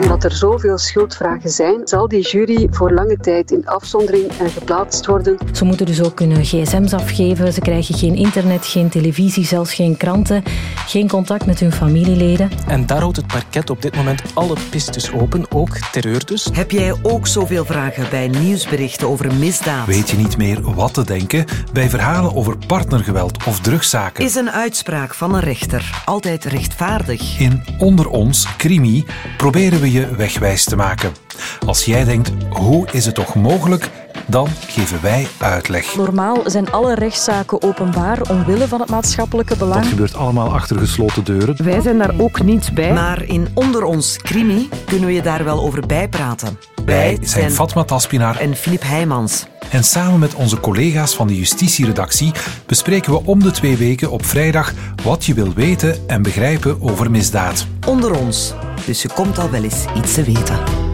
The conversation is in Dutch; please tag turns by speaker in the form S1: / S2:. S1: Omdat er zoveel schuldvragen zijn, zal die jury voor lange tijd in afzondering en geplaatst worden.
S2: Ze moeten dus ook hun gsm's afgeven. Ze krijgen geen internet, geen televisie, zelfs geen kranten. Geen contact met hun familieleden.
S3: En daar houdt het parket op dit moment alle pistes open, ook terreur dus.
S4: Heb jij ook zoveel vragen bij nieuwsberichten over misdaad?
S5: Weet je niet meer wat te denken bij verhalen over partnergeweld of drugszaken?
S4: Is een uitspraak van een rechter altijd rechtvaardig?
S5: In Onder ons, Krimi, proberen we je wegwijs te maken. Als jij denkt, hoe is het toch mogelijk? Dan geven wij uitleg.
S6: Normaal zijn alle rechtszaken openbaar omwille van het maatschappelijke
S7: Dat
S6: belang.
S7: gebeurt allemaal achter gesloten deuren.
S8: Wij zijn daar ook niet bij.
S4: Maar in Onder ons Krimi kunnen we je daar wel over bijpraten.
S5: Wij zijn Fatma Taspinaar
S4: en Filip Heijmans.
S5: en samen met onze collega's van de justitieredactie bespreken we om de twee weken op vrijdag wat je wil weten en begrijpen over misdaad.
S4: Onder ons. Dus je komt al wel eens iets te weten.